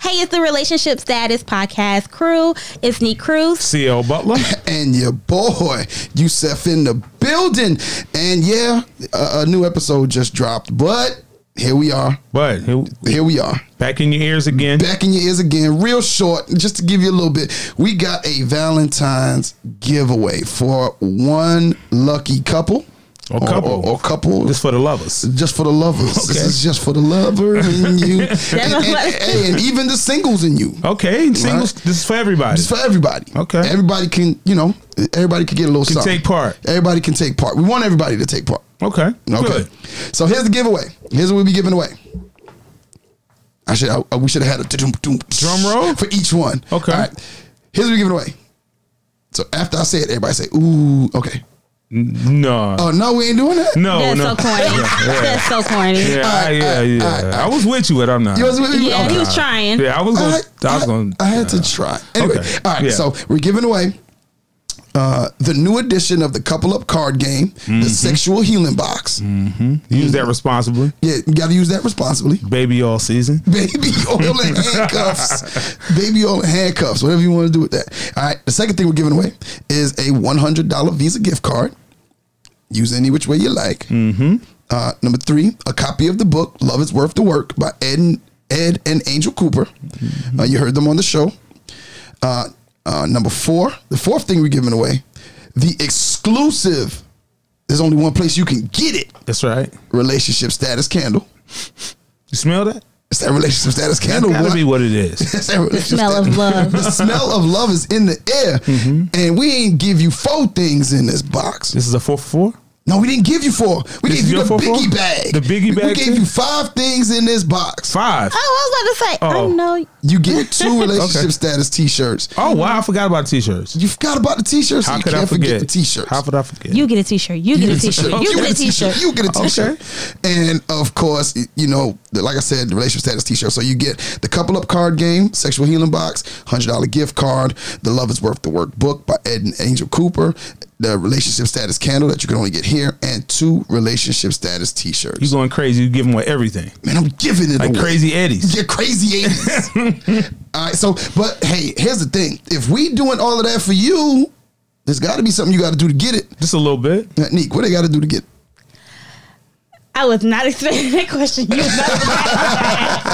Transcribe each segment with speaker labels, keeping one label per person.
Speaker 1: Hey, it's the Relationship Status Podcast crew. It's Neat Cruz.
Speaker 2: CL Butler.
Speaker 3: and your boy Yusef in the building. And yeah, a, a new episode just dropped, but here we are.
Speaker 2: But here-
Speaker 3: Here we are.
Speaker 2: back in your ears again.
Speaker 3: Back in your ears again, real short, just to give you a little bit. We got a Valentine's giveaway for one lucky couple.
Speaker 2: Or couple.
Speaker 3: Or, or couple.
Speaker 2: Just for the lovers.
Speaker 3: just for the lovers. This
Speaker 2: Okay.
Speaker 3: is just for the lover in you, and, and- and- and even the singles in you.
Speaker 2: Okay, singles. This is for everybody.
Speaker 3: It's for everybody.
Speaker 2: Okay.
Speaker 3: Everybody can, you know, everybody can get a little
Speaker 2: Can
Speaker 3: something.
Speaker 2: take part.
Speaker 3: Everybody can take part. We want everybody to take part.
Speaker 2: Okay,
Speaker 3: Okay.
Speaker 2: good.
Speaker 3: So here's the giveaway. Here's what we'll be giving away. I should. I, we should have had a drum
Speaker 2: roll?
Speaker 3: for each one.
Speaker 2: Okay.
Speaker 3: All right. Here's what we're giving away. So after I say it, everybody say, "Ooh, okay."
Speaker 2: No,
Speaker 3: Oh no, we ain't doing that.
Speaker 2: no,
Speaker 1: That's
Speaker 2: Oh, no.
Speaker 1: so corny. That's so corny.
Speaker 2: Yeah, I, yeah, yeah. I was with you, but I'm not.
Speaker 3: You was with me?
Speaker 1: Yeah,
Speaker 3: Okay.
Speaker 1: he was trying.
Speaker 2: yeah, I was. Gonna, I,
Speaker 3: I,
Speaker 2: was going.
Speaker 3: I had to try. Anyway,
Speaker 2: Okay.
Speaker 3: all right.
Speaker 2: Yeah.
Speaker 3: So we're giving away uh, the new edition of the Couple Up card game,
Speaker 2: Mm-hmm.
Speaker 3: the Sexual Healing Box.
Speaker 2: Mm. use that responsibly,
Speaker 3: Yeah, you got to use that responsibly.
Speaker 2: baby. All season.
Speaker 3: Baby oil and handcuffs. Baby oil and handcuffs. Whatever you want to do with that. All right. The second thing we're giving away is a $100 Visa gift card. Use any which way you like. Mm-hmm. Uh, number three, a copy of the book "Love Is Worth the Work" by Ed and, Ed and Angel Cooper.
Speaker 2: Mm-hmm.
Speaker 3: Uh, you heard them on the show. Uh, uh, number four, the fourth thing we're giving away, the exclusive. There's only one place you can get it.
Speaker 2: That's right.
Speaker 3: Relationship status candle.
Speaker 2: You smell that?
Speaker 3: It's that relationship status
Speaker 2: That's
Speaker 3: candle.
Speaker 2: gotta
Speaker 3: What-
Speaker 2: be what it is.
Speaker 3: That's that
Speaker 1: The
Speaker 3: relationship
Speaker 1: smell of
Speaker 3: status-
Speaker 1: love.
Speaker 3: the smell of love is in the air,
Speaker 2: Mm-hmm.
Speaker 3: and we ain't give you four things in this box.
Speaker 2: This is a four for four.
Speaker 3: No, we didn't give you four.
Speaker 2: This
Speaker 3: We gave
Speaker 2: is
Speaker 3: you
Speaker 2: your
Speaker 3: the
Speaker 2: four, four?
Speaker 3: biggie bag.
Speaker 2: The biggie
Speaker 3: We- We
Speaker 2: bag
Speaker 3: gave
Speaker 2: thing?
Speaker 3: you five things in this box.
Speaker 2: Five.
Speaker 1: Oh, I was about to say,
Speaker 2: Oh.
Speaker 1: I know.
Speaker 3: You get two relationship
Speaker 2: Okay.
Speaker 3: status T-shirts.
Speaker 2: Oh wow, I forgot about t-shirts.
Speaker 3: You forgot about the T-shirts.
Speaker 2: How
Speaker 3: you
Speaker 2: could
Speaker 3: can't
Speaker 2: I forget
Speaker 3: forget the T-shirts.
Speaker 2: How could I forget?
Speaker 1: You get a t shirt. You get a t shirt. You get a t shirt.
Speaker 3: You get a t-shirt.
Speaker 2: Okay.
Speaker 3: And of course, y- you know, the- like I said, the relationship status t-shirt. So you get the couple up card game, sexual healing box, hundred dollar gift card, the love is worth the work book by Ed and Angel Cooper, the relationship status candle that you can only get here, and two relationship status t-shirts.
Speaker 2: You going crazy? You giving away everything
Speaker 3: Man, I'm giving it
Speaker 2: like
Speaker 3: away.
Speaker 2: crazy Eddies.
Speaker 3: You're crazy 80s. all right, so but hey, here's the thing. If we doing all of that for you, there's got to be something you got to do to get it.
Speaker 2: Just a little bit.
Speaker 3: Now, Neek, what they got to do to get it?
Speaker 1: I was not expecting that question. You was not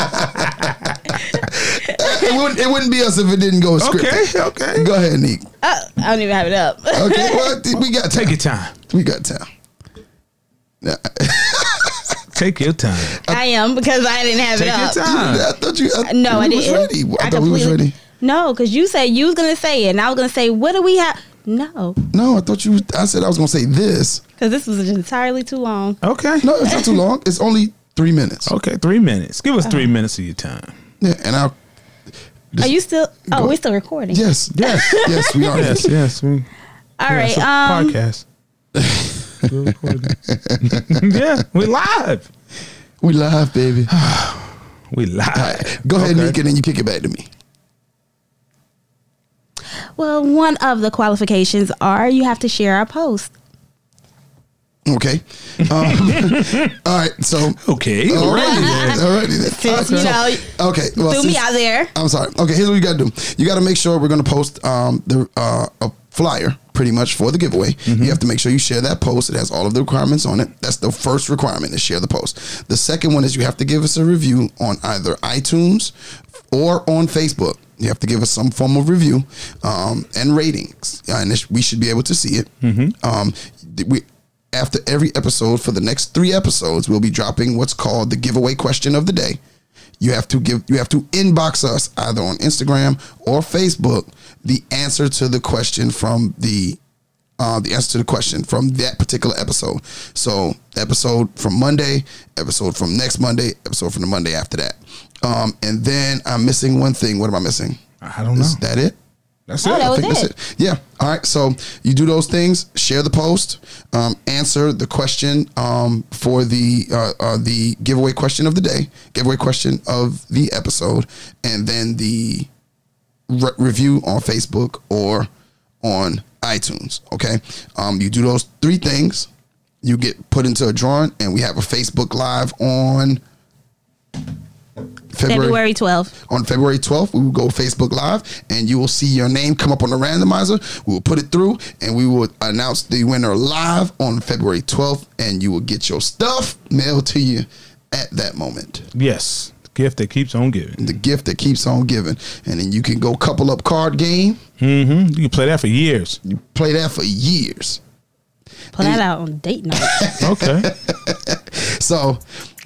Speaker 3: it wouldn't, it wouldn't be us if it didn't go scripted.
Speaker 2: Okay, okay.
Speaker 3: Go ahead, Neek.
Speaker 1: oh, I don't even have it up.
Speaker 3: Okay, well, th- we got time.
Speaker 2: Take your time.
Speaker 3: We got time. Nah,
Speaker 2: Take your time.
Speaker 1: I am because I didn't have
Speaker 2: Take
Speaker 1: it
Speaker 2: your
Speaker 1: up.
Speaker 2: time.
Speaker 3: I thought you. I,
Speaker 1: Uh, No,
Speaker 3: we
Speaker 1: I
Speaker 3: was
Speaker 1: didn't.
Speaker 3: ready. I, thought we was
Speaker 1: completely-
Speaker 3: ready.
Speaker 1: No, because you said you was gonna say it, and I was gonna say, what do we have? No,
Speaker 3: No, I thought you. I said I was gonna say this.
Speaker 1: because this was entirely too long.
Speaker 2: Okay.
Speaker 3: No, it's not too long. It's only three minutes.
Speaker 2: Okay, three minutes. Give us
Speaker 1: Uh-huh.
Speaker 2: three minutes of your time.
Speaker 3: Yeah, and I.
Speaker 1: Are you still?
Speaker 3: Go.
Speaker 1: Oh, we're still recording.
Speaker 3: Yes,
Speaker 2: Yes.
Speaker 3: yes, we are.
Speaker 2: yes, yes. We,
Speaker 1: All
Speaker 2: yeah,
Speaker 1: right.
Speaker 2: it's a
Speaker 1: Um.
Speaker 2: podcast. We're recording. yeah, we live.
Speaker 3: we live, baby. All
Speaker 2: We
Speaker 3: right,
Speaker 2: live.
Speaker 3: go ahead,
Speaker 2: Okay.
Speaker 3: Neek, and then you kick it back to me.
Speaker 1: Well, one of the qualifications are you have to share our post.
Speaker 3: Okay. Um, all right. So.
Speaker 2: Okay.
Speaker 3: All righty
Speaker 1: Alright.
Speaker 3: then. All righty then.
Speaker 1: Since you know,
Speaker 3: Okay. Well,
Speaker 1: threw me
Speaker 3: since-
Speaker 1: out there.
Speaker 3: I'm sorry. Okay, here's what you got to do. You got to make sure we're going to post um, the uh, a flyer pretty much for the giveaway. You have to make sure you share that post. It has all of the requirements on it. That's the first requirement is share the post. The second one is you have to give us a review on either iTunes or on Facebook. You have to give us some form of review um, and ratings, and it, we should be able to see it. Um, th- we. After every episode, for the next three episodes, we'll be dropping what's called the giveaway question of the day. You have to give you have to inbox us either on Instagram or Facebook the answer to the question from the uh, the answer to the question from that particular episode. So episode from Monday, episode from next Monday, episode from the Monday after that. Um, and then I'm missing one thing. What am I missing?
Speaker 2: I don't know.
Speaker 3: Is that it?
Speaker 2: That's
Speaker 1: Oh,
Speaker 2: it.
Speaker 1: that
Speaker 3: I
Speaker 1: was
Speaker 3: think that's
Speaker 1: it.
Speaker 3: it. Yeah. All right. So you do those things. Share the post. Um, answer the question um, for the uh, uh, the giveaway question of the day, giveaway question of the episode, and then the re- review on Facebook or on iTunes. Okay. Um, you do those three things. You get put into a drawing, and we have a Facebook Live on
Speaker 1: February 12th.
Speaker 3: on February 12th, we will go Facebook Live and you will see your name come up on the randomizer. We will put it through and we will announce the winner live on February 12th and you will get your stuff mailed to you at that moment.
Speaker 2: Yes. The gift that keeps on giving.
Speaker 3: The gift that keeps on giving. And then you can go couple up card game,
Speaker 2: Mm-hmm. You can play that for years.
Speaker 3: play that for years.
Speaker 1: Pull that out on date night.
Speaker 2: Okay.
Speaker 3: So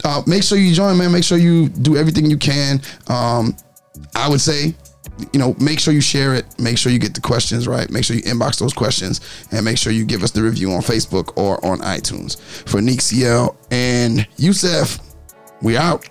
Speaker 3: uh, make sure you join, man. Make sure you do everything you can. Um, I would say, you know, make sure you share it. Make sure you get the questions right. Make sure you inbox those questions and make sure you give us the review on Facebook or on iTunes. For Neek CL and Youssef, we out.